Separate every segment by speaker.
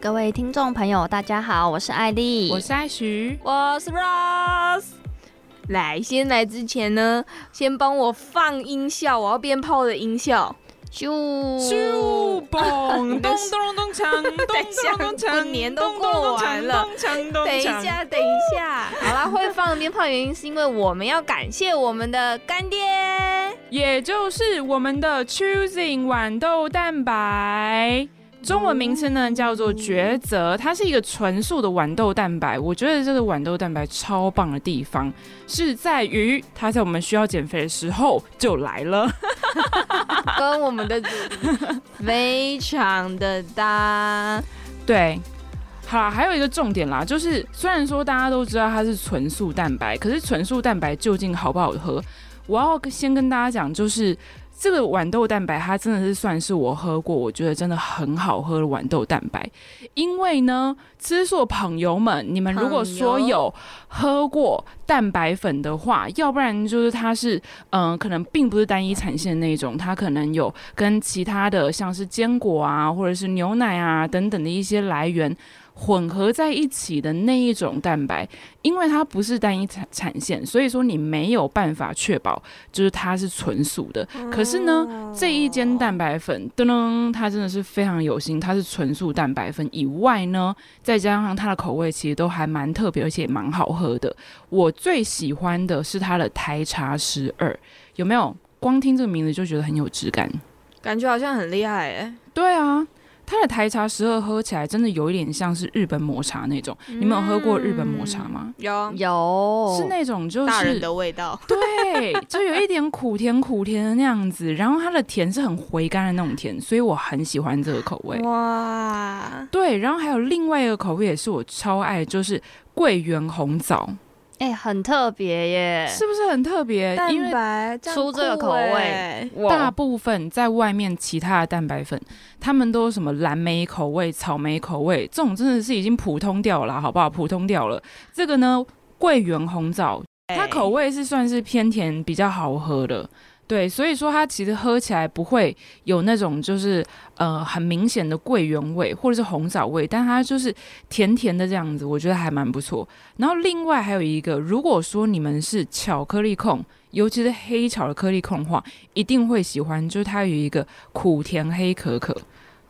Speaker 1: 各位听众朋友，大家好，我是艾丽，
Speaker 2: 我是艾徐，
Speaker 3: 我是 Rose。来，先来之前呢，先帮我放音效，我要鞭炮的音效。
Speaker 1: 咻
Speaker 2: 咻 嘣，咚咚咚 锵，咚咚咚锵，
Speaker 3: 年都过完了，等一下，等一下，好啦，会放鞭炮原因是因为我们要感谢我们的干爹，
Speaker 2: 也就是我们的 Choosing 豌豆蛋白。中文名称呢叫做抉择，它是一个纯素的豌豆蛋白。我觉得这个豌豆蛋白超棒的地方是在于，它在我们需要减肥的时候就来 了，
Speaker 3: 跟我们的主题非常的搭。
Speaker 2: 对，好啦，还有一个重点啦，就是虽然说大家都知道它是纯素蛋白，可是纯素蛋白究竟好不好喝？我要先跟大家讲，就是。这个豌豆蛋白，它真的是算是我喝过，我觉得真的很好喝的豌豆蛋白。因为呢，吃素朋友们，你们如果说有喝过蛋白粉的话，要不然就是它是，嗯、呃，可能并不是单一产线那种，它可能有跟其他的像是坚果啊，或者是牛奶啊等等的一些来源。混合在一起的那一种蛋白，因为它不是单一产产线，所以说你没有办法确保就是它是纯素的。
Speaker 3: 嗯
Speaker 2: 可是呢，这
Speaker 3: 哦
Speaker 2: 一间蛋白粉，噔噔，它真的是非常有心，它是纯素蛋白粉以外呢，再加上它的口味其实都还蛮特别，而且蛮好喝的。我最喜欢的是它的台茶十二，有没有？光听这个名字就觉得很有质感，
Speaker 3: 感觉好像很厉害哎、欸。
Speaker 2: 对啊。它的台茶十二喝起来真的有一点像是日本抹茶那种，嗯、你们有喝过日本抹茶吗？
Speaker 3: 有
Speaker 1: 有，
Speaker 2: 是那种就是
Speaker 3: 哦大人的味道，
Speaker 2: 对，就有一点苦甜苦甜的那样子，然后它的甜是很回甘的那种甜，所以我很喜欢这个口味。
Speaker 3: 哇，
Speaker 2: 对，然后还有另外一个口味也是我超爱，就是桂圆红枣。
Speaker 1: 哎、欸，很特别耶，
Speaker 2: 是不是很特别？
Speaker 3: 蛋
Speaker 2: 白
Speaker 1: 出这个口味，
Speaker 2: 大部分在外面其他的蛋白粉，他们都什么蓝莓口味、草莓口味，这种真的是已经普通掉了，好不好？普通掉了。这个呢，桂圆红枣，它口味是算是偏甜，比较好喝的。对，所以说它其实喝起来不会有那种就是呃很明显的桂圆味或者是红枣味，但它就是甜甜的这样子，我觉得还蛮不错。然后另外还有一个，如果说你们是巧克力控，尤其是黑巧克力控的话，一定会喜欢，就是它有一个苦甜黑可可。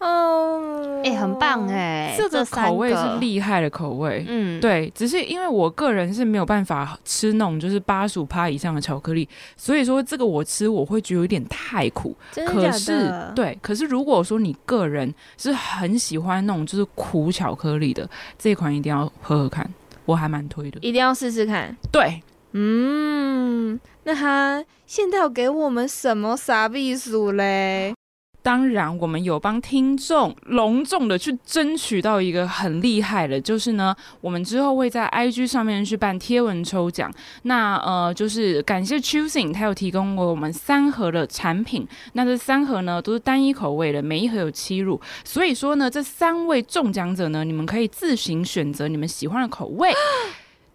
Speaker 1: 哦，哎，很棒哎、欸，
Speaker 2: 这个哦口味是厉害的口味，嗯，对，只是因为我个人是没有办法吃那种就是八十五趴以上的巧克力，所以说这个我吃我会觉得有点太苦。可是对，可是如果说你个人是很喜欢那种就是苦巧克力的这一款，一定要喝喝看，我还蛮推的，
Speaker 3: 一定要试试看。
Speaker 2: 对，
Speaker 3: 嗯，那他现在有给我们什么傻避暑嘞？
Speaker 2: 当然，我们有帮听众隆重的去争取到一个很厉害的，就是呢，我们之后会在 IG 上面去办贴文抽奖。那呃，就是感谢 Choosing，它有提供过我们三盒的产品。那这三盒呢都是单一口味的，每一盒有七入。所以说呢，这三位中奖者呢，你们可以自行选择你们喜欢的口味。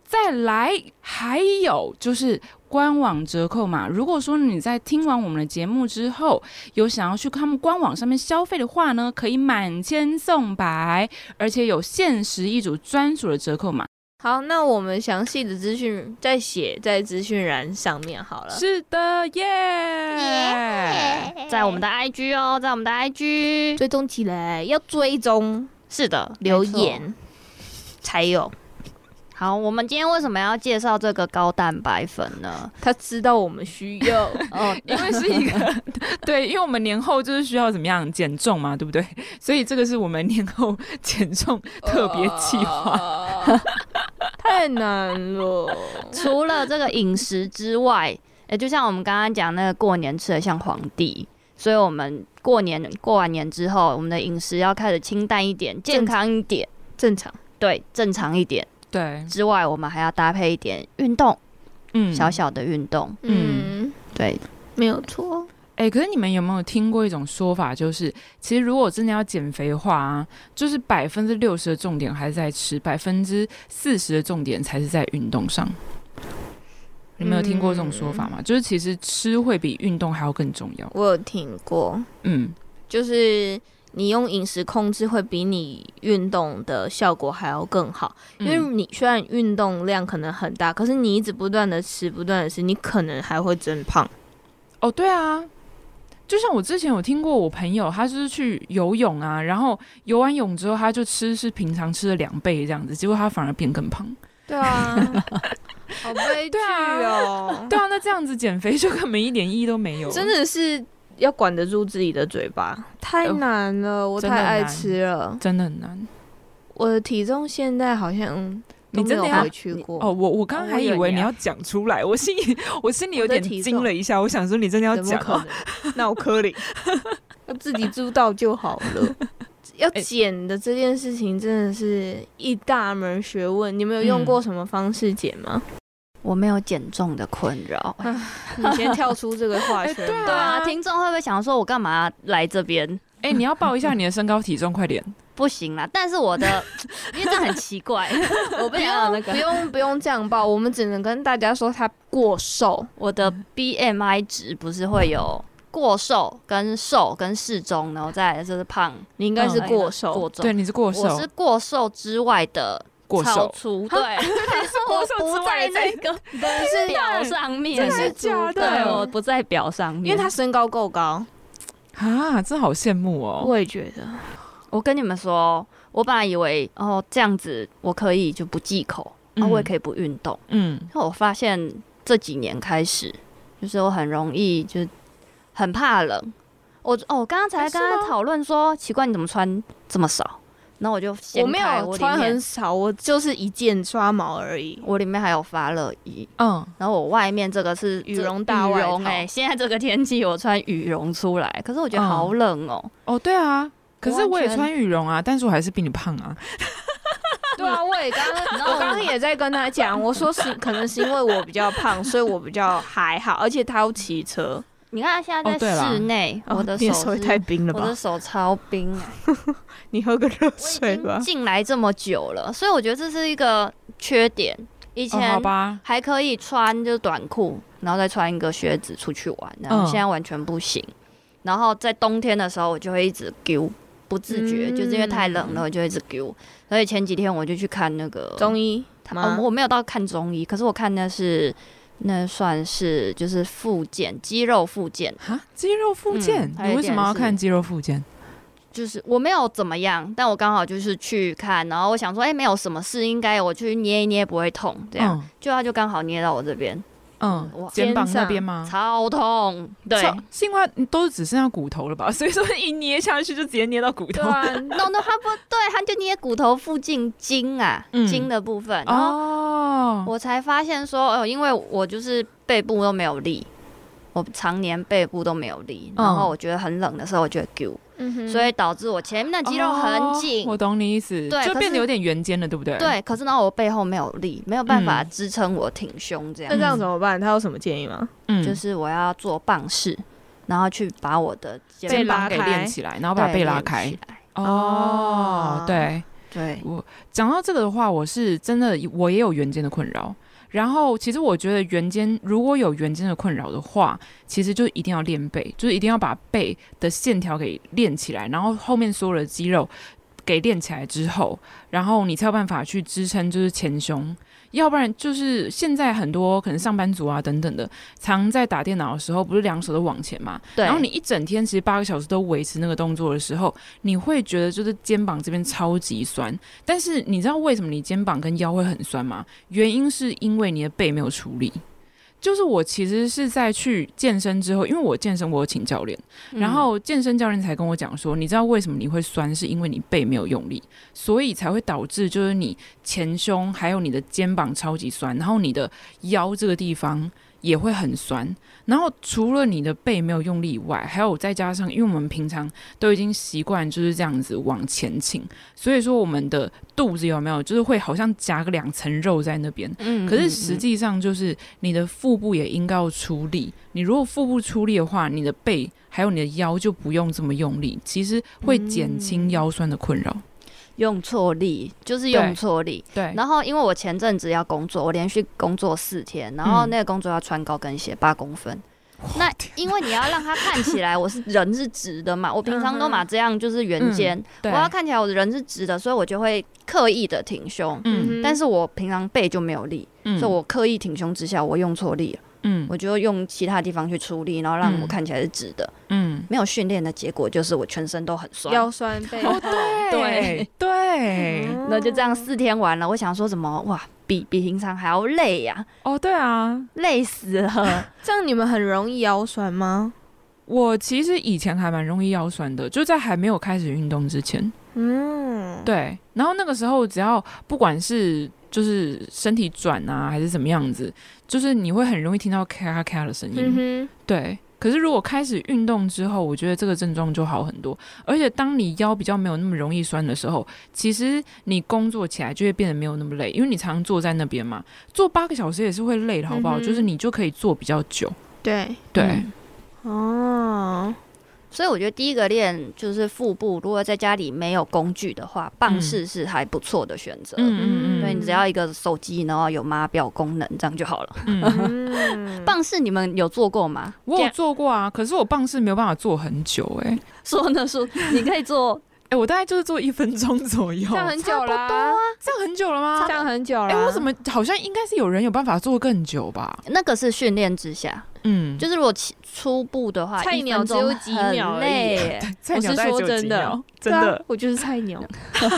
Speaker 2: 再来，还有就是官网折扣码。如果说你在听完我们的节目之后，有想要去他们官网上面消费的话呢，可以满千送百，而且有限时一组专属的折扣码。
Speaker 3: 好，那我们详细的资讯再写在资讯栏上面好了。
Speaker 2: 是的，耶、yeah!
Speaker 1: yeah!！在我们的 IG 哦，在我们的 IG
Speaker 3: 追踪起来，要追踪，
Speaker 1: 是的，
Speaker 3: 留言才有。
Speaker 1: 好，我们今天为什么要介绍这个高蛋白粉呢？
Speaker 3: 他知道我们需 要
Speaker 2: 哦，因为是一个 对，因为我们年后就是需要怎么样减重嘛，对不对？所以这个是我们年后减重特别计划。
Speaker 3: 呃、 太难了，
Speaker 2: 哦
Speaker 1: 除了这个饮食之外， 哎、欸，就像我们刚刚讲那个过年吃的像皇帝，所以我们过年过完年之后，我们的饮食要开始清淡一点，健康一点，
Speaker 3: 正常
Speaker 1: 对，正常一点。
Speaker 2: 对，
Speaker 1: 之外我们还要搭配一点运动，
Speaker 2: 嗯，
Speaker 1: 小小的运动，
Speaker 3: 嗯，
Speaker 1: 对，
Speaker 3: 没有错。
Speaker 2: 哎、欸，可是你们有没有听过一种说法，就是其实如果真的要减肥的话啊，就是百分之六十的重点还是在吃，百分之四十的重点才是在运动上。你们有听过这种说法吗？嗯、就是其实吃会比运动还要更重要。
Speaker 3: 我有听过，
Speaker 2: 嗯，
Speaker 3: 就是。你用饮食控制会比你运动的效果还要更好，因为
Speaker 2: 嗯
Speaker 3: 你虽然运动量可能很大，可是你一直不断的吃，不断的吃，你可能还会增胖。
Speaker 2: 哦，对啊，就像我之前有听过我朋友，他就是去游泳啊，然后游完泳之后他就吃是平常吃的两倍这样子，结果他反而变更胖。
Speaker 3: 对 啊，好悲剧哦、
Speaker 2: 对啊，那这样子减肥就 根本一点意义都没有。
Speaker 3: 啊真的是要管得住自己的嘴巴，太难了，我
Speaker 2: 真的
Speaker 3: 太爱
Speaker 2: 难
Speaker 3: 吃了。
Speaker 2: 真的很难
Speaker 3: 我的体重现在好像都
Speaker 2: 你真的
Speaker 3: 没有
Speaker 2: 要
Speaker 3: 回去过
Speaker 2: 哦！我我刚
Speaker 3: 哦
Speaker 2: 刚
Speaker 3: 我
Speaker 2: 还
Speaker 3: 以
Speaker 2: 以
Speaker 3: 为
Speaker 2: 为
Speaker 3: 你
Speaker 2: 你
Speaker 3: 要
Speaker 2: 要讲出来，我心里 我心里有
Speaker 3: 我的
Speaker 2: 点
Speaker 3: 体
Speaker 2: 惊
Speaker 3: 重
Speaker 2: 了一下，我想说你真的要
Speaker 3: 怎么
Speaker 2: 讲
Speaker 3: 可
Speaker 2: 啊，
Speaker 3: 能？
Speaker 2: 那我颗粒。
Speaker 3: 要自己知道就好 了。要减的这件事情真的是一大门学问，你们有用过什么方式减吗？
Speaker 1: 我没有减重的困扰。
Speaker 3: 你先跳出这个话
Speaker 2: 哎
Speaker 3: 圈
Speaker 2: 对啊
Speaker 3: 吧。
Speaker 1: 对啊，听众会不会想说，我干嘛来这边？
Speaker 2: 哎、 你要报一下你的身高体重，快点！
Speaker 1: 不行啦，但是我 的，因为这样很奇怪， 我不
Speaker 3: 不
Speaker 1: 想要那
Speaker 3: 用
Speaker 1: 个
Speaker 3: 不。用不用这样报，我们只能跟大家说他过瘦。
Speaker 1: 我的 BMI 值不是会有过瘦、跟瘦、跟适中，然后再来就是胖，
Speaker 3: 你应该是
Speaker 1: 还有
Speaker 3: 嗯过瘦，
Speaker 1: 过重
Speaker 2: 对，。你是过
Speaker 1: 我
Speaker 2: 瘦
Speaker 1: 是，过瘦之外的
Speaker 2: 过
Speaker 1: 超
Speaker 2: 瘦，
Speaker 1: 出， 对，
Speaker 2: 过瘦
Speaker 1: 我
Speaker 2: 之
Speaker 1: 不
Speaker 2: 外
Speaker 1: 在
Speaker 2: 的
Speaker 1: 那个
Speaker 3: 但是
Speaker 1: 表上面，
Speaker 2: 真的假的
Speaker 1: 对，
Speaker 3: 哦
Speaker 1: 我不在表上面，
Speaker 3: 因为他身高够高，
Speaker 2: 啊，真好羡慕哦！
Speaker 3: 我也觉得
Speaker 1: 我跟你们说，我本来以为哦这样子我可以就不忌口，然
Speaker 2: 嗯
Speaker 1: 后我也可以不运动。
Speaker 2: 嗯，
Speaker 1: 然后我发现这几年开始，就是我很容易就很怕冷。我哦，我刚刚才
Speaker 2: 哎是
Speaker 1: 跟
Speaker 2: 吗
Speaker 1: 他讨论说，奇怪你怎么穿这么少？然后我就掀
Speaker 3: 我没
Speaker 1: 开
Speaker 3: 有
Speaker 1: 我里
Speaker 3: 穿很
Speaker 1: 面，
Speaker 3: 少，我就是一件抓毛而已。
Speaker 1: 我里面还有发热衣，
Speaker 2: 嗯，
Speaker 1: 然后我外面这个是
Speaker 3: 羽
Speaker 1: 这
Speaker 3: 绒大外
Speaker 1: 羽绒
Speaker 3: 套
Speaker 1: 哎、现在这个天气我穿羽绒出来， 可是我觉得
Speaker 2: 嗯
Speaker 1: 好冷哦、
Speaker 2: 哦，对啊，可是
Speaker 1: 我完
Speaker 2: 我也
Speaker 1: 全
Speaker 2: 穿羽绒啊，但是我还是比你胖啊。
Speaker 3: 对啊，我也刚刚，
Speaker 1: 后
Speaker 3: 我刚刚也在跟他讲，我说是可能是因为我比较胖，所以我比较还好，而且他要骑车，
Speaker 1: 你看他现在
Speaker 2: 哦对
Speaker 1: 在
Speaker 2: 啦
Speaker 1: 室内，我哦的
Speaker 3: 你
Speaker 1: 手
Speaker 3: 手也
Speaker 1: 是
Speaker 3: 太冰了
Speaker 1: 我的
Speaker 3: 吧？
Speaker 1: 手超冰、哎
Speaker 3: 你喝个 热
Speaker 1: 我
Speaker 3: 水
Speaker 1: 已经
Speaker 3: 吧。
Speaker 1: 进来这么久了，所以我觉得这是一个缺点。以
Speaker 2: 哦，好
Speaker 1: 前
Speaker 2: 吧，
Speaker 1: 还可以穿就是短裤，然后再穿一个靴子出去玩，然后
Speaker 2: 嗯
Speaker 1: 现在完全不行。然后在冬天的时候，我就会一直丢，不自觉，
Speaker 3: 嗯
Speaker 1: 就是因为太冷了，我就一直丢。所以前几天我就去看那个
Speaker 3: 中医
Speaker 1: 哦
Speaker 3: 吗，？
Speaker 1: 我没有到看中医，可是我看那是那算是就是复健，肌肉复健。
Speaker 2: 哈，肌肉附件
Speaker 1: 嗯，还有
Speaker 2: 你
Speaker 1: 一
Speaker 2: 为什么
Speaker 1: 点
Speaker 2: 要
Speaker 1: 是
Speaker 2: 看肌肉附件？
Speaker 1: 就是我没有怎么样，但我刚好就是去看，然后我想说，哎、没有什么事，应该我去捏一捏不会痛，这样，就他就刚好捏到我这边，
Speaker 2: 嗯，
Speaker 1: 我
Speaker 2: 嗯，肩膀
Speaker 3: 肩
Speaker 2: 那
Speaker 3: 上
Speaker 2: 边吗？
Speaker 1: 超痛，对，
Speaker 2: 超，是因为它都只剩下骨头了吧？ 所以说一捏下去就直接捏到骨
Speaker 3: 对
Speaker 2: 头。
Speaker 3: 啊，
Speaker 1: no no，他不对，他就捏骨头附近筋啊，
Speaker 2: 嗯
Speaker 1: 筋的部分，然后
Speaker 2: 哦，
Speaker 1: 我才发现说，哦、因为我就是背部都没有力。我常年背部都没有力，
Speaker 2: 嗯
Speaker 1: 然后我觉得很冷的时候，我就会丢，
Speaker 3: 嗯哼
Speaker 1: 所以导致我前面的肌肉很紧
Speaker 2: 哦，我懂你意思，
Speaker 1: 对
Speaker 2: 就
Speaker 1: 可
Speaker 2: 变得
Speaker 1: 是
Speaker 2: 有点圆肩了，对不对？，
Speaker 1: 对，可是呢，我背后没有力，没有办法
Speaker 2: 嗯
Speaker 1: 支撑我挺胸这样
Speaker 3: 那。这样怎么办？他有什么建议吗？
Speaker 2: 嗯，
Speaker 1: 就是我要做棒式，然后去把我的肩
Speaker 3: 被
Speaker 2: 肩
Speaker 3: 拉
Speaker 2: 膀给
Speaker 3: 开
Speaker 2: 练起来，然后
Speaker 1: 膀对
Speaker 2: 把背拉
Speaker 1: 练
Speaker 2: 开
Speaker 1: 起。来
Speaker 2: 哦
Speaker 3: 哦，
Speaker 2: 对，
Speaker 1: 对，
Speaker 2: 讲到这个的话，我是真的我也有圆肩的困扰。然后，其实我觉得圆肩如果有圆肩的困扰的话，其实就一定要练背，就是一定要把背的线条给练起来，然后后面所有的肌肉给练起来之后，然后你才有办法去支撑就是前胸。要不然就是现在很多可能上班族啊等等的，常在打电脑的时候，不是两手都往前嘛，
Speaker 1: 对
Speaker 2: 然后你一整天其实八个小时都维持那个动作的时候，你会觉得就是肩膀这边超级酸。但是你知道为什么你肩膀跟腰会很酸吗？原因是因为你的背没有处理。就是我其实是在去健身之后，因为我健身我有请教练，
Speaker 1: 嗯
Speaker 2: 嗯然后健身教练才跟我讲说，你知道为什么你会酸，是因为你背没有用力，所以才会导致就是你前胸还有你的肩膀超级酸，然后你的腰这个地方也会很酸。然后除了你的背没有用力以外，还有再加上，因为我们平常都已经习惯就是这样子往前倾，所以说我们的肚子有没有就是会好像夹个两层肉在那边，
Speaker 1: 嗯
Speaker 2: 可是实际上就是你的腹部也应该要出力。你如果腹部出力的话，你的背还有你的腰就不用这么用力，其实会减
Speaker 1: 嗯
Speaker 2: 轻腰酸的困扰。
Speaker 1: 用错力就是用错力。
Speaker 2: 对，
Speaker 1: 然后因为我前阵子要工作，我连续工作四天，然后
Speaker 2: 嗯哦
Speaker 1: 那个工作要穿高跟鞋八公分，那因为你要让它看起来我是人是直的 嘛，我平常都嘛这样就是圆肩，
Speaker 2: 嗯对，
Speaker 1: 我要看起来我的人是直的，所以我就会刻意的挺胸。
Speaker 2: 嗯，
Speaker 1: 但是我平常背就没有力，
Speaker 2: 嗯
Speaker 1: 所以我刻意挺胸之下，我用错力了，
Speaker 2: 嗯
Speaker 1: 我就用其他地方去出力，然后让
Speaker 2: 嗯
Speaker 1: 我看起来是直的。
Speaker 2: 嗯，
Speaker 1: 没有训练的结果就是我全身都很酸，
Speaker 3: 腰酸背
Speaker 2: 哦
Speaker 3: 痛，
Speaker 2: 对对，
Speaker 1: 那就这样四天完了。我想说怎么哇，比比平常还要累呀、
Speaker 2: 哦对啊，
Speaker 1: 累死了。
Speaker 3: 这样你们很容易腰酸吗？
Speaker 2: 我其实以前还蛮容易腰酸的，就在还没有开始运动之前，
Speaker 3: 嗯，
Speaker 2: 对，然后那个时候只要不管是就是身体转啊还是怎么样子，就是你会很容易听到咔咔咔的声音，
Speaker 3: 嗯
Speaker 2: 对。可是如果开始运动之后，我觉得这个症状就好很多。而且当你腰比较没有那么容易酸的时候，其实你工作起来就会变得没有那么累，因为你常坐在那边嘛，坐八个小时也是会累的，好不好？
Speaker 3: 嗯哼
Speaker 2: 就是你就可以坐比较久。
Speaker 3: 哼，对，
Speaker 2: 对，
Speaker 1: 嗯
Speaker 3: 哦，
Speaker 1: 所以我觉得第一个练就是腹部，如果在家里没有工具的话，
Speaker 3: 嗯
Speaker 1: 棒式是还不错的选择。
Speaker 2: 嗯嗯嗯，
Speaker 1: 对你只要一个手机，然后有码表功能，这样就好了。
Speaker 2: 嗯，
Speaker 3: 嗯，
Speaker 1: 棒式你们有做过吗？
Speaker 2: 我有
Speaker 1: 这样
Speaker 2: 做过啊，可是我棒式没有办法做很久、欸，哎
Speaker 1: 说呢说，你可以 做，
Speaker 2: 我大概就是做一分钟左右，
Speaker 3: 这样很久啦，
Speaker 2: 这样很久了吗
Speaker 3: 这？样很久了。
Speaker 2: 哎、我怎么好像应该是有人有办法做更久吧？
Speaker 1: 那个是训练之下，
Speaker 2: 嗯，
Speaker 1: 就是如果起初步的话，
Speaker 3: 菜
Speaker 1: 一
Speaker 3: 鸟
Speaker 1: 分
Speaker 3: 只有
Speaker 1: 钟
Speaker 3: 几秒
Speaker 1: 很
Speaker 3: 而已啊
Speaker 1: 累耶。
Speaker 2: 菜鸟
Speaker 3: 我是
Speaker 2: 大概
Speaker 3: 说
Speaker 2: 只有几
Speaker 3: 真的
Speaker 2: 秒，
Speaker 3: 对
Speaker 2: 真
Speaker 3: 啊
Speaker 2: 的，
Speaker 3: 我就是菜鸟，
Speaker 2: 对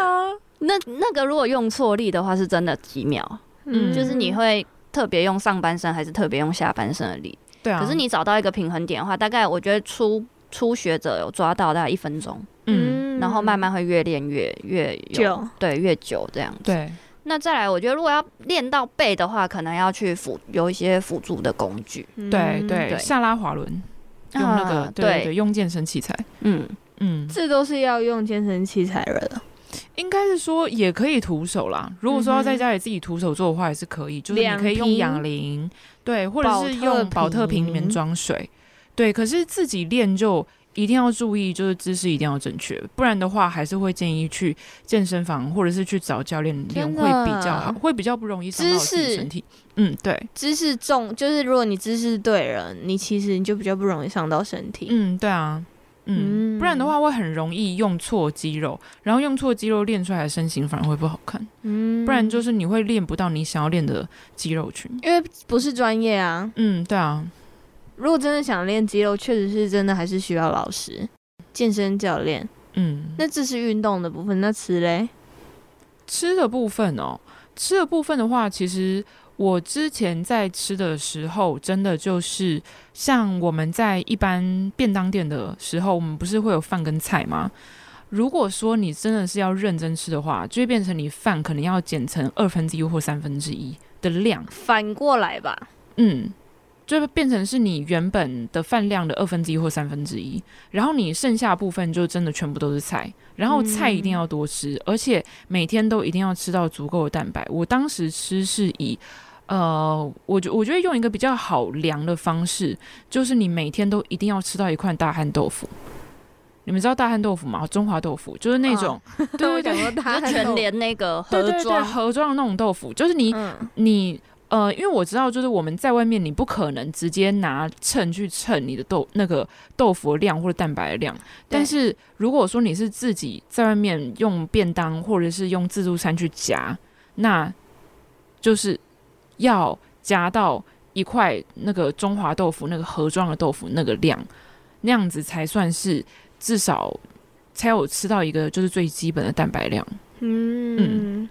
Speaker 2: 啊，
Speaker 1: 那那个如果用错力的话，是真的几秒，
Speaker 2: 嗯
Speaker 1: 就是你会特别用上半身还是特别用下半身的力。
Speaker 2: 对啊。
Speaker 1: 可是你找到一个平衡点的话，大概我觉得初初学者有抓到大概一分钟，
Speaker 2: 嗯，
Speaker 1: 然后慢慢会越练越越有
Speaker 3: 久，
Speaker 1: 对，越久这样子。
Speaker 2: 对，
Speaker 1: 那再来，我觉得如果要练到背的话，可能要去辅有一些辅助的工具，
Speaker 2: 对
Speaker 3: 嗯
Speaker 2: 对，
Speaker 1: 对
Speaker 2: 下拉滑轮用那个，
Speaker 1: 啊
Speaker 2: 对对对，用健身器材，
Speaker 1: 嗯，
Speaker 2: 嗯，
Speaker 3: 这都是要用健身器材了，
Speaker 2: 应该是说也可以徒手啦。如果说要在家里自己徒手做的话，也是可以，就是你可以用
Speaker 3: 两
Speaker 2: 哑铃，对，或者
Speaker 3: 保
Speaker 2: 是
Speaker 3: 特
Speaker 2: 用保特
Speaker 3: 瓶
Speaker 2: 瓶里面装水，对。可是自己练就一定要注意，就是姿势一定要正确，不然的话还是会建议去健身房或者是去找教练练
Speaker 3: 真
Speaker 2: 会
Speaker 3: 的
Speaker 2: 比较好，会比较不容易伤到自
Speaker 3: 姿
Speaker 2: 己
Speaker 3: 势
Speaker 2: 身体。嗯，对，
Speaker 3: 姿势重，就是如果你姿势对了，你其实你就比较不容易伤到身体。
Speaker 2: 嗯，对啊。嗯，不然的话会很容易用错肌肉，然后用错肌肉练出来的身形反而会不好看，
Speaker 3: 嗯
Speaker 2: 不然就是你会练不到你想要练的肌肉群。
Speaker 3: 因为不是专业啊。
Speaker 2: 嗯，对啊，
Speaker 3: 如果真的想练肌肉，确实是真的还是需要老师、健身教练。
Speaker 2: 嗯，那
Speaker 3: 那这是运动的部分，那吃嘞？
Speaker 2: 吃的部分哦，吃的部分的话，其实我之前在吃的时候，真的就是像我们在一般便当店的时候，我们不是会有饭跟菜吗？如果说你真的是要认真吃的话，就会变成你饭可能要减成二分之一或三分之一的量，
Speaker 3: 反过来吧，
Speaker 2: 嗯，就会变成是你原本的饭量的二分之一或三分之一，然后你剩下部分就真的全部都是菜，
Speaker 1: 嗯
Speaker 2: 然后菜一定要多吃，而且每天都一定要吃到足够的蛋白。我当时吃是以。呃，我觉我觉得用一个比较好量的方式，就是你每天都一定要吃到一块大汉豆腐。你们知道大汉豆腐吗？中华豆腐就是那种，对对对，
Speaker 3: 对，
Speaker 1: 就
Speaker 3: 他
Speaker 1: 全连那个
Speaker 2: 对
Speaker 1: 啊盒
Speaker 2: 对对，
Speaker 1: 装，
Speaker 2: 盒装的那种豆腐，就是你
Speaker 3: 嗯，
Speaker 2: 你呃，因为我知道，就是我们在外面，你不可能直接拿秤去称你的豆那个豆腐的量或者蛋白的量。但是如果说你是自己在外面用便当或者是用自助餐去夹，那就是要夹到一块那个中华豆腐那个盒装的豆腐那个量，那样子才算是至少才有吃到一个就是最基本的蛋白量。
Speaker 3: 嗯，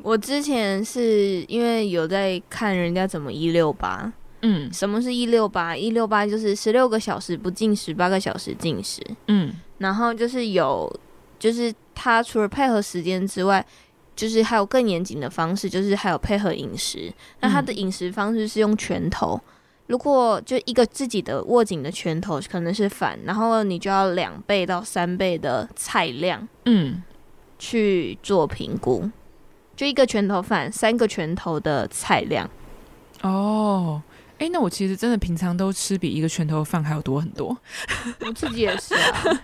Speaker 3: 我之前是因为有在看人家怎么一六八，
Speaker 2: 嗯
Speaker 3: 什么是一六八？一六八就是十六个小时不进食，八个小时进食，
Speaker 2: 嗯
Speaker 3: 然后就是有，就是他除了配合时间之外。就是还有更严谨的方式，就是还有配合饮食。那他的饮食方式是用拳头，
Speaker 1: 嗯
Speaker 3: 如果就一个自己的握紧的拳头可能是反，然后你就要两倍到三倍的菜量，
Speaker 2: 嗯
Speaker 3: 去做评估，就一个拳头饭，三个拳头的菜量，
Speaker 2: 哦，哎，那我其实真的平常都吃比一个拳头饭还要多很多。
Speaker 3: 我自己也 是啊。
Speaker 2: 嗯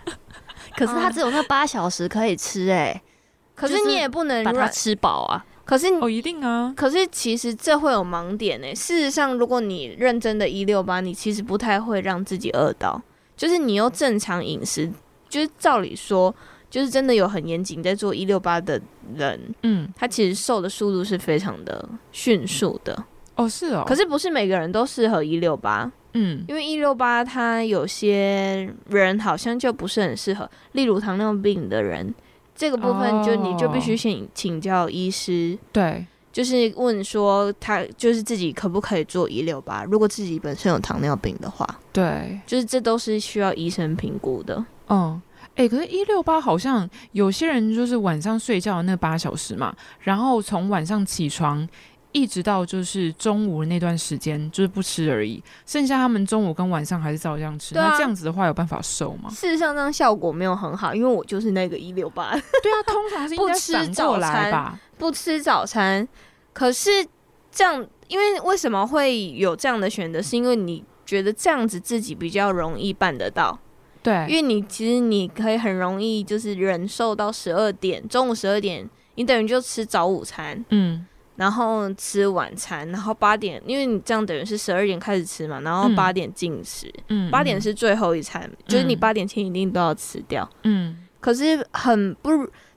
Speaker 1: 可是它只有那八小时可以吃、哎，
Speaker 3: 可是
Speaker 1: 就是
Speaker 3: 你也不能
Speaker 2: 嗯
Speaker 1: 把它
Speaker 3: 软，
Speaker 1: 吃饱啊。
Speaker 3: 可是
Speaker 2: 哦，一定啊，
Speaker 3: 可是其实这会有盲点呢、事实上，如果你认真的一六八，你其实不太会让自己饿到，就是你又正常饮食，就是照理说，就是真的有很严谨在做一六八的人，
Speaker 2: 嗯，
Speaker 3: 他其实瘦的速度是非常的迅速的。
Speaker 2: 哦是哦，
Speaker 3: 可
Speaker 2: 是
Speaker 3: 是不是每个人都适合一六八，
Speaker 2: 嗯
Speaker 3: 因为一六八它有些人好像就不是很适合，例如糖尿病的人，这个部分就你就必须
Speaker 2: 哦
Speaker 3: 请请教医师。
Speaker 2: 对，
Speaker 3: 就是问说他就是自己可不可以做一六八？如果自己本身有糖尿病的话，
Speaker 2: 对，
Speaker 3: 就是这都是需要医生评估的。
Speaker 2: 嗯，哎、可是，一六八好像有些人就是晚上睡觉的那八小时嘛，然后从晚上起床一直到就是中午那段时间，就是不吃而已，剩下他们中午跟晚上还是照样吃。
Speaker 3: 对啊
Speaker 2: 那这样子的话，有办法瘦吗？
Speaker 3: 事实上，这样效果没有很好，因为我就是那个一六八，
Speaker 2: 对啊，通常是应
Speaker 3: 不
Speaker 2: 该
Speaker 3: 吃
Speaker 2: 反
Speaker 3: 早
Speaker 2: 过来
Speaker 3: 餐
Speaker 2: 吧？
Speaker 3: 不吃早餐。可是这样，因为为什么会有这样的选择？是因为你觉得这样子自己比较容易办得到，因
Speaker 2: 对，
Speaker 3: 为你其实你可以很容易就是忍受到十二点，中午十二点，你等于就吃早午餐。
Speaker 2: 嗯，
Speaker 3: 然后吃晚餐，然后八点，因为你这样等于是十二点开始吃嘛，然后
Speaker 2: 嗯
Speaker 3: 八点进食，
Speaker 2: 嗯，
Speaker 3: 八、点是最后一餐，就是你
Speaker 2: 嗯
Speaker 3: 八点前一定都要吃掉。
Speaker 2: 嗯，
Speaker 3: 可是很不，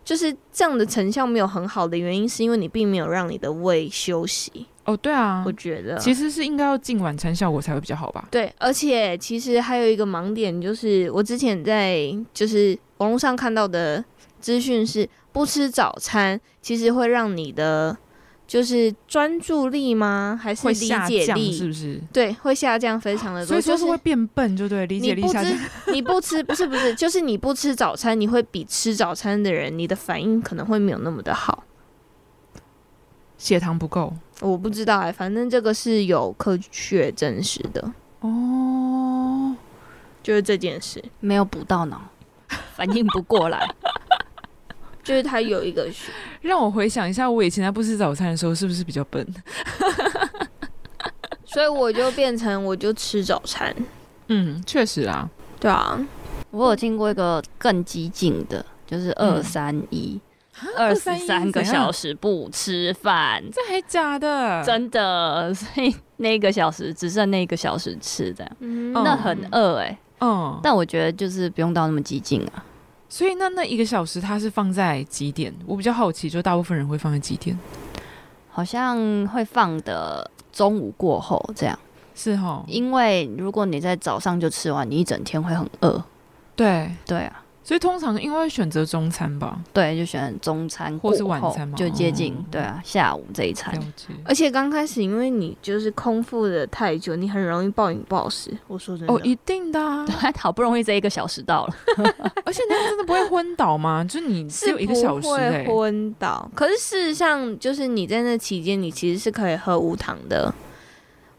Speaker 3: 就是这样的成效没有很好的原因，是因为你并没有让你的胃休息。
Speaker 2: 哦，对啊
Speaker 3: 我，觉得，
Speaker 2: 其实是应该要进晚餐效果才会比较好吧？
Speaker 3: 对，而且其实还有一个盲点，就是我之前在就是网络上看到的资讯是，不吃早餐其实会让你的就是专注力吗？还是
Speaker 2: 会
Speaker 3: 理
Speaker 2: 下
Speaker 3: 解
Speaker 2: 降
Speaker 3: 力？
Speaker 2: 是不是？
Speaker 3: 对，会下降非常的多。
Speaker 2: 所以说
Speaker 3: 就是
Speaker 2: 会变笨，就对，理解
Speaker 3: 你
Speaker 2: 力
Speaker 3: 不
Speaker 2: 下降
Speaker 3: 吃。，你不吃，不是不是，就是你不吃早餐，你会比吃早餐的人，你的反应可能会没有那么的好。
Speaker 2: 血糖不够
Speaker 3: 我不知道哎、反正这个是有科学证实的，
Speaker 2: 哦。
Speaker 3: 就是这件事，
Speaker 1: 没有补到脑， 反应不过来。
Speaker 3: 就是它有一个学
Speaker 2: 让我回想一下，我以前在不吃早餐的时候是不是比较笨？
Speaker 3: 所以我就变成我就吃早餐。
Speaker 2: 嗯，确实啊。
Speaker 3: 对啊，
Speaker 1: 我有听过一个更激进的，就是二三一，嗯啊二十三个小
Speaker 2: 时，
Speaker 1: 时不吃饭，
Speaker 2: 这还假的？
Speaker 1: 真的，所以那一个小时只剩那一个小时吃这样，
Speaker 3: 嗯
Speaker 1: 那很饿哎、
Speaker 2: 嗯，
Speaker 1: 但我觉得就是不用到那么激进啊，
Speaker 2: 所以那那一个小时它是放在几点？我比较好奇，就大部分人会放在几点？
Speaker 1: 好像会放的中午过后这样，
Speaker 2: 是哈，
Speaker 1: 因为如果你在早上就吃完，你一整天会很饿。
Speaker 2: 对，
Speaker 1: 对啊，
Speaker 2: 所以通常应该会选择中餐吧。
Speaker 1: 对，就选中餐
Speaker 2: 或是
Speaker 1: 过
Speaker 2: 晚
Speaker 1: 后
Speaker 2: 餐嘛
Speaker 1: 就接近、
Speaker 2: 哦
Speaker 1: 对啊下午这一餐
Speaker 2: 了。解。
Speaker 3: 而且刚开始，因为你就是空腹的太久，你很容易暴饮暴食。我说真的，
Speaker 2: 哦，一定 的啊！
Speaker 1: 好不容易这一个小时到了，
Speaker 2: 而且那样真的不会昏倒吗？就是你只
Speaker 3: 是
Speaker 2: 有一个小时
Speaker 3: 不
Speaker 2: 哎、
Speaker 3: 会昏倒。可是事实上，就是你在那期间，你其实是可以喝无糖的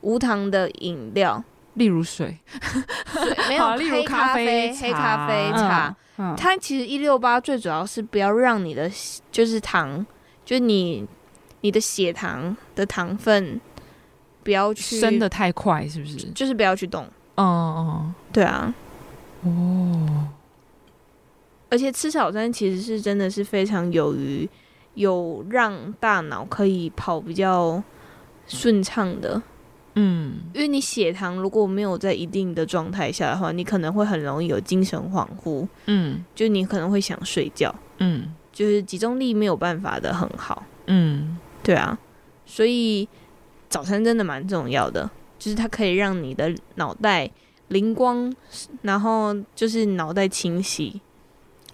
Speaker 3: 无糖的 饮料，
Speaker 2: 例如水，
Speaker 3: 对没
Speaker 2: 好
Speaker 3: 有
Speaker 2: 例如
Speaker 3: 黑
Speaker 2: 咖
Speaker 3: 咖
Speaker 2: 啡
Speaker 3: 啡、黑咖啡
Speaker 2: 茶
Speaker 3: 茶。
Speaker 1: 嗯，
Speaker 3: 它其实一六八最主要是不要让你的就是糖，就是你你的血糖的糖分不要去
Speaker 2: 升的，太快是不是？
Speaker 3: 就是不要去动。
Speaker 2: 嗯
Speaker 3: 对啊，
Speaker 2: 嗯哦，
Speaker 3: 而且吃早餐其实是真的是非常有于有让大脑可以跑比较顺畅的，
Speaker 2: 嗯。
Speaker 3: 因为你血糖如果没有在一定的状态下的话，你可能会很容易有精神恍惚，
Speaker 2: 嗯
Speaker 3: 就你可能会想睡觉，
Speaker 2: 嗯
Speaker 3: 就是集中力没有办法的很好，
Speaker 2: 嗯，
Speaker 3: 对啊，所以早餐真的蛮重要的，就是它可以让你的脑袋灵光，然后就是脑袋清晰，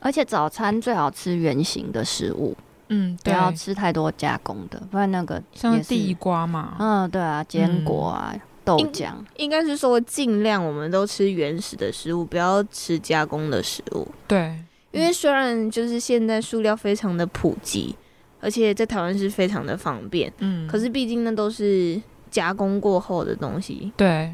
Speaker 1: 而且早餐最好吃原形的食物，
Speaker 2: 嗯，
Speaker 1: 不
Speaker 2: 对
Speaker 1: 要
Speaker 2: 啊，
Speaker 1: 吃太多加工的，不然那个
Speaker 2: 像
Speaker 1: 也
Speaker 2: 是
Speaker 1: 是
Speaker 2: 地瓜嘛，
Speaker 1: 嗯，对啊，坚果啊、豆浆，
Speaker 2: 嗯
Speaker 3: 应该是说，尽量我们都吃原始的食物，不要吃加工的食物。
Speaker 2: 对，
Speaker 3: 因为虽然就是现在塑料非常的普及，而且在台湾是非常的方便，
Speaker 2: 嗯，
Speaker 3: 可是毕竟那都是加工过后的东西，
Speaker 2: 对，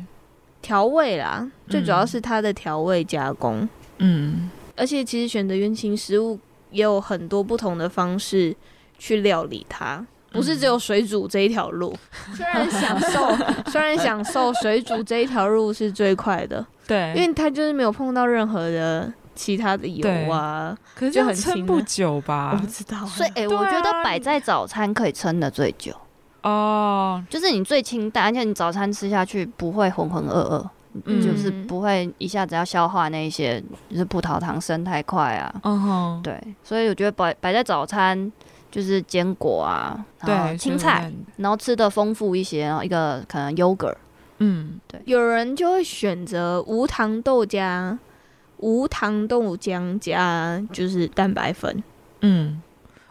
Speaker 3: 调味啦，最主要是它的调味加工。
Speaker 2: 嗯
Speaker 3: 而且其实选择原型食物也有很多不同的方式去料理它，不是只有水煮这一条路。 虽然享受， 虽然享受水煮这一条路是最快的，因
Speaker 2: 对，
Speaker 3: 为它就是没有碰到任何的其他的油啊，
Speaker 2: 可是
Speaker 3: 就
Speaker 2: 这样
Speaker 3: 很
Speaker 2: 撑
Speaker 3: 轻
Speaker 2: 不
Speaker 3: 啊
Speaker 2: 久
Speaker 3: 我
Speaker 2: 吧
Speaker 3: 不？知道啊。
Speaker 1: 所以，哎、
Speaker 2: 对啊
Speaker 1: 我觉得摆在早餐可以撑的最久，
Speaker 2: 哦，
Speaker 1: 就是你最清淡，而且你早餐吃下去不会浑浑噩噩，
Speaker 2: 嗯
Speaker 1: 就是不会一下子要消化那一些，就是葡萄糖升太快啊。
Speaker 2: 嗯哼，
Speaker 1: 对，所以我觉得摆摆在早餐就是坚果啊，然后
Speaker 2: 对，
Speaker 1: 青
Speaker 2: 就
Speaker 1: 菜，
Speaker 2: 慢，
Speaker 1: 然后吃的丰富一些，然后一个可能 yogurt，
Speaker 2: 嗯，
Speaker 3: 有人就会选择无糖豆浆、无糖豆浆加就是蛋白粉，
Speaker 2: 嗯，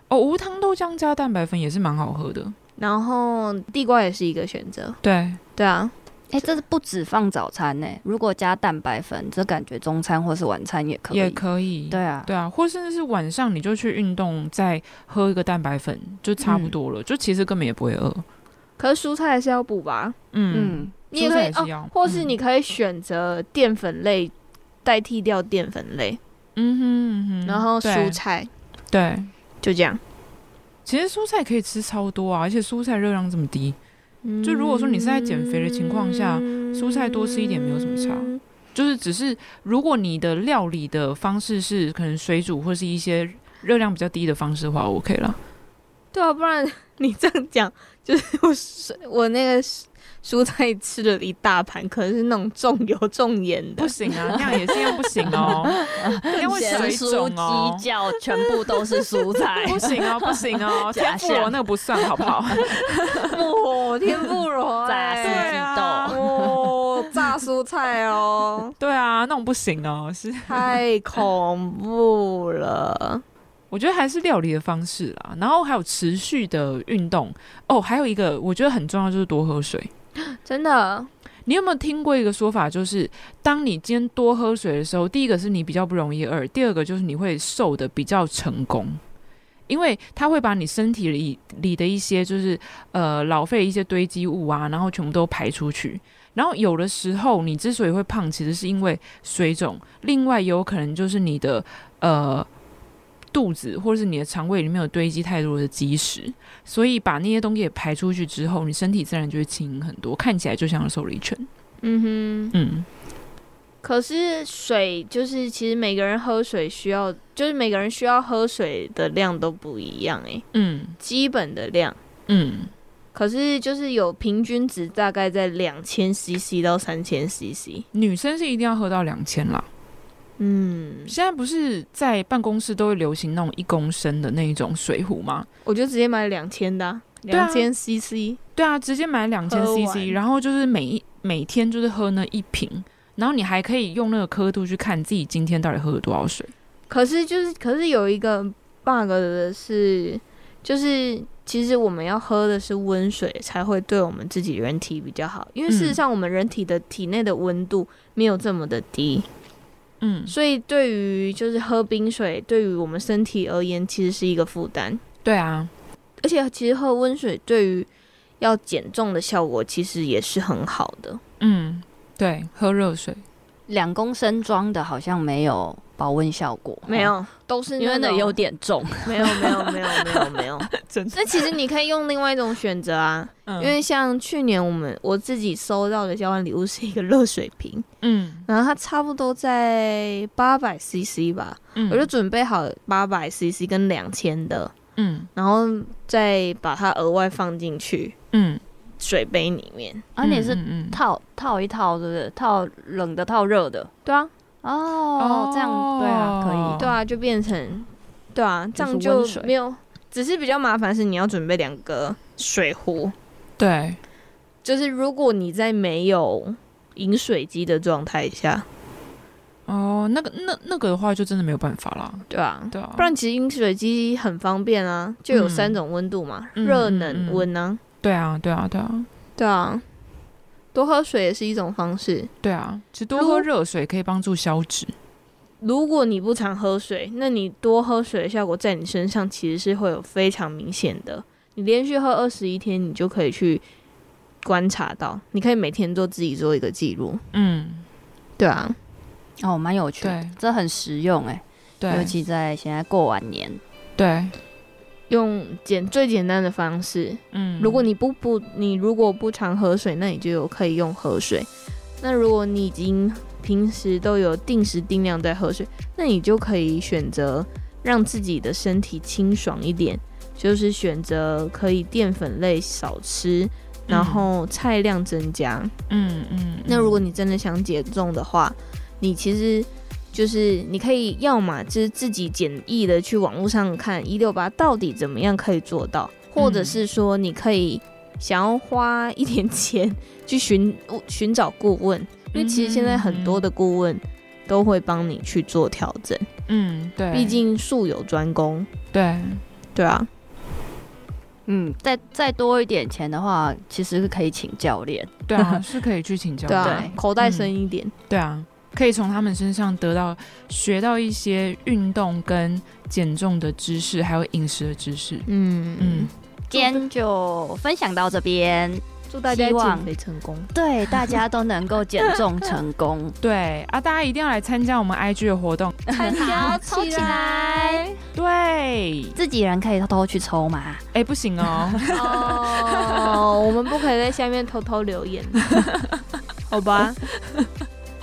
Speaker 2: 哦，无糖豆浆加蛋白粉也是蛮好喝的。
Speaker 3: 然后地瓜也是一个选择。
Speaker 2: 对，
Speaker 3: 对啊，
Speaker 1: 哎、这是不只放早餐呢、如果加蛋白粉，这感觉中餐或是晚餐也可以。
Speaker 2: 也可以。
Speaker 1: 对啊，
Speaker 2: 对啊，或甚至是晚上你就去运动，再喝一个蛋白粉就差不多了，就其实根本也不会饿。
Speaker 3: 可是蔬菜还是要补吧？
Speaker 2: 嗯，
Speaker 1: 嗯，
Speaker 3: 你也
Speaker 2: 蔬
Speaker 3: 可
Speaker 2: 菜
Speaker 3: 以
Speaker 2: 也是要
Speaker 3: 哦，或是
Speaker 2: 嗯
Speaker 3: 你可以选择淀粉类代替掉淀粉类，
Speaker 2: 嗯哼嗯哼，
Speaker 3: 然后
Speaker 2: 对
Speaker 3: 蔬菜
Speaker 2: 对，
Speaker 3: 就这样。
Speaker 2: 其实蔬菜可以吃超多啊，而且蔬菜热量这么低，就如果说你是在减肥的情况下蔬菜多吃一点没有什么差
Speaker 3: 嗯
Speaker 2: 就是只是如果你的料理的方式是可能水煮或是一些热量比较低的方式的话，OK 了。
Speaker 3: 对啊，不然 你这样讲，就是 我蔬我那个蔬蔬菜吃了一大盘，可是那种重油重盐
Speaker 2: 不
Speaker 3: 的，
Speaker 2: 行啊，那样也是一样不行哦，那样会水肿哦。
Speaker 1: 鸡叫全部都是蔬 菜
Speaker 2: 不行哦，不行哦，
Speaker 1: 假
Speaker 2: 天妇罗
Speaker 1: 象
Speaker 2: 那个不算，好不好？
Speaker 3: 哦，天 妇罗
Speaker 1: 炸四
Speaker 2: 对啊
Speaker 1: 季豆。
Speaker 3: 哦，炸蔬菜哦，
Speaker 2: 对啊，那种不行哦，是
Speaker 3: 太恐怖了。
Speaker 2: 我觉得还是料理的方式啦，然后还有持续的运动哦，还有一个我觉得很重要就是多喝水。
Speaker 3: 真的，
Speaker 2: 你有没有听过一个说法，就是当你今天多喝水的时候，第一个是你比较不容易饿，第二个就是你会瘦的比较成功，因为它会把你身体里里的一些就是呃老废的一些堆积物啊，然后全部都排出去。然后有的时候你之所以会胖，其实是因为水肿，另外也有可能就是你的呃。肚子或者是你的肠胃里面有堆积太多的积食，所以把那些东西也排出去之后，你身体自然就会轻盈很多，看起来就像瘦了一圈。
Speaker 3: 嗯哼。
Speaker 2: 嗯，
Speaker 3: 可是水就是，其实每个人喝水需要，就是每个人需要喝水的量都不一样诶、
Speaker 2: 嗯
Speaker 3: 基本的量。
Speaker 2: 嗯，
Speaker 3: 可是就是有平均值大概在两千 CC 到三千 CC。
Speaker 2: 女生是一定要喝到两千啦。
Speaker 3: 嗯，
Speaker 2: 现在不是在办公室都会流行那种一公升的那一种水壶吗？
Speaker 3: 我就直接买两千的、
Speaker 2: 对啊
Speaker 3: 两千 CC。
Speaker 2: 对啊，直接买两千
Speaker 3: 喝
Speaker 2: CC，
Speaker 3: 完
Speaker 2: 然后就是每一每天就是喝那一瓶，然后你还可以用那个刻度去看自己今天到底喝了多少水。
Speaker 3: 可是就是，可是有一个 bug 的是，就是其实我们要喝的是温水，才会对我们自己人体比较好。因为事实
Speaker 2: 嗯
Speaker 3: 上，我们人体的体内的温度没有这么的低，
Speaker 2: 嗯，
Speaker 3: 所以对于就是喝冰水，对于我们身体而言，其实是一个负担。
Speaker 2: 对啊，
Speaker 3: 而且其实喝温水对于要减重的效果其实也是很好的。
Speaker 2: 嗯，对，喝热水。
Speaker 1: 两公升装的好像没有保温效果，
Speaker 3: 没
Speaker 1: 哦，
Speaker 3: 有，都是
Speaker 1: 因为那
Speaker 3: 那种
Speaker 1: 有点重。
Speaker 3: 没有没有没有没有 没有。
Speaker 2: 真的
Speaker 3: 那其实你可以用另外一种选择啊，因为像去年我们我自己收到的交换礼物是一个热水瓶，
Speaker 2: 嗯
Speaker 3: 然后它差不多在八百 CC 吧，
Speaker 2: 嗯，
Speaker 3: 我就准备好八百 CC 跟两千的，
Speaker 2: 嗯
Speaker 3: 然后再把它额外放进去
Speaker 2: 嗯，
Speaker 3: 水杯里面。
Speaker 1: 啊，你是
Speaker 2: 嗯嗯
Speaker 1: 套套一套，对不对？套冷的，套热的。
Speaker 3: 对啊，
Speaker 1: 哦，这样对啊，可以。
Speaker 2: 哦
Speaker 3: 对啊，就变成，对啊，这
Speaker 1: 就
Speaker 3: 样
Speaker 1: 是
Speaker 3: 就
Speaker 1: 温水
Speaker 3: 没有，只是比较麻烦是你要准备两个水壶，
Speaker 2: 对，
Speaker 3: 就是如果你在没有饮水机的状态下，
Speaker 2: 哦，那个那那个的话就真的没有办法啦。
Speaker 3: 对啊，
Speaker 2: 对啊，
Speaker 3: 不然其实饮水机很方便啊，就有
Speaker 2: 嗯
Speaker 3: 三种温度嘛，
Speaker 2: 嗯
Speaker 3: 热、
Speaker 2: 嗯
Speaker 3: 冷、
Speaker 2: 嗯
Speaker 3: 温啊，
Speaker 2: 对啊，对啊，对啊，
Speaker 3: 对啊，多喝水也是一种方式。
Speaker 2: 对啊，其实多
Speaker 3: 如
Speaker 2: 喝热水可以帮助消脂。
Speaker 3: 如果你不常喝水，那你多喝水的效果在你身上其实是会有非常明显的。你连续喝二十一天，你就可以去观察到，你可以每天做自己做一个记录。
Speaker 2: 嗯，
Speaker 3: 对啊，
Speaker 1: 哦，蛮有趣的
Speaker 2: 对，
Speaker 1: 这很实用哎，尤
Speaker 2: 对
Speaker 1: 其在现在过完年，
Speaker 2: 对，
Speaker 3: 用简最简单的方式，
Speaker 2: 嗯，
Speaker 3: 如果你不不你如果不常喝水，那你就有可以用喝水。那如果你已经平时都有定时定量在喝水，那你就可以选择让自己的身体清爽一点，就是选择可以淀粉类少吃，然后菜量增加。
Speaker 2: 嗯嗯，
Speaker 3: 那如果你真的想减重的话，你其实就是你可以要么就是自己简易的去网络上看一六八到底怎么样可以做到，或者是说你可以想要花一点钱去寻寻找顾问，因为其实现在很多的顾问都会帮你去做调整，
Speaker 2: 嗯对，
Speaker 3: 毕竟术有专攻，
Speaker 2: 对，
Speaker 3: 对啊，
Speaker 1: 嗯，再再多一点钱的话，其实是可以请教练。
Speaker 2: 对啊，是可以去请教
Speaker 3: 对
Speaker 2: 的，
Speaker 3: 啊，口袋深一点，
Speaker 2: 对啊，可以从他们身上得到学到一些运动跟减重的知识，还有饮食的知识。
Speaker 3: 嗯
Speaker 2: 嗯
Speaker 3: 嗯，，
Speaker 1: 今天就分享到这边，
Speaker 3: 祝大家
Speaker 1: 希望
Speaker 3: 减肥成功，
Speaker 1: 对大家都能够减重成 功。
Speaker 2: 对啊，大家一定要来参加我们 IG 的活动。
Speaker 3: 参加
Speaker 1: 抽
Speaker 3: 起
Speaker 1: 起
Speaker 3: 来
Speaker 1: 来。
Speaker 2: 对，哎、
Speaker 1: 自己人可以偷偷去抽吗？
Speaker 2: 不行哦，
Speaker 3: 哦，我们不可以在下面偷偷留 言，好吧？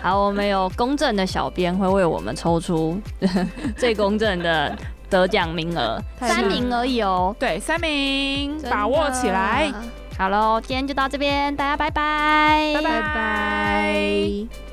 Speaker 1: 好，我们有公正的小编会为我们抽出 最公正的得奖名额，
Speaker 3: 太
Speaker 1: 三
Speaker 3: 棒
Speaker 1: 名而已哦。
Speaker 2: 对，三名把握起来，
Speaker 1: 好喽，今天就到这边，大家拜拜，
Speaker 2: 拜
Speaker 3: 拜拜。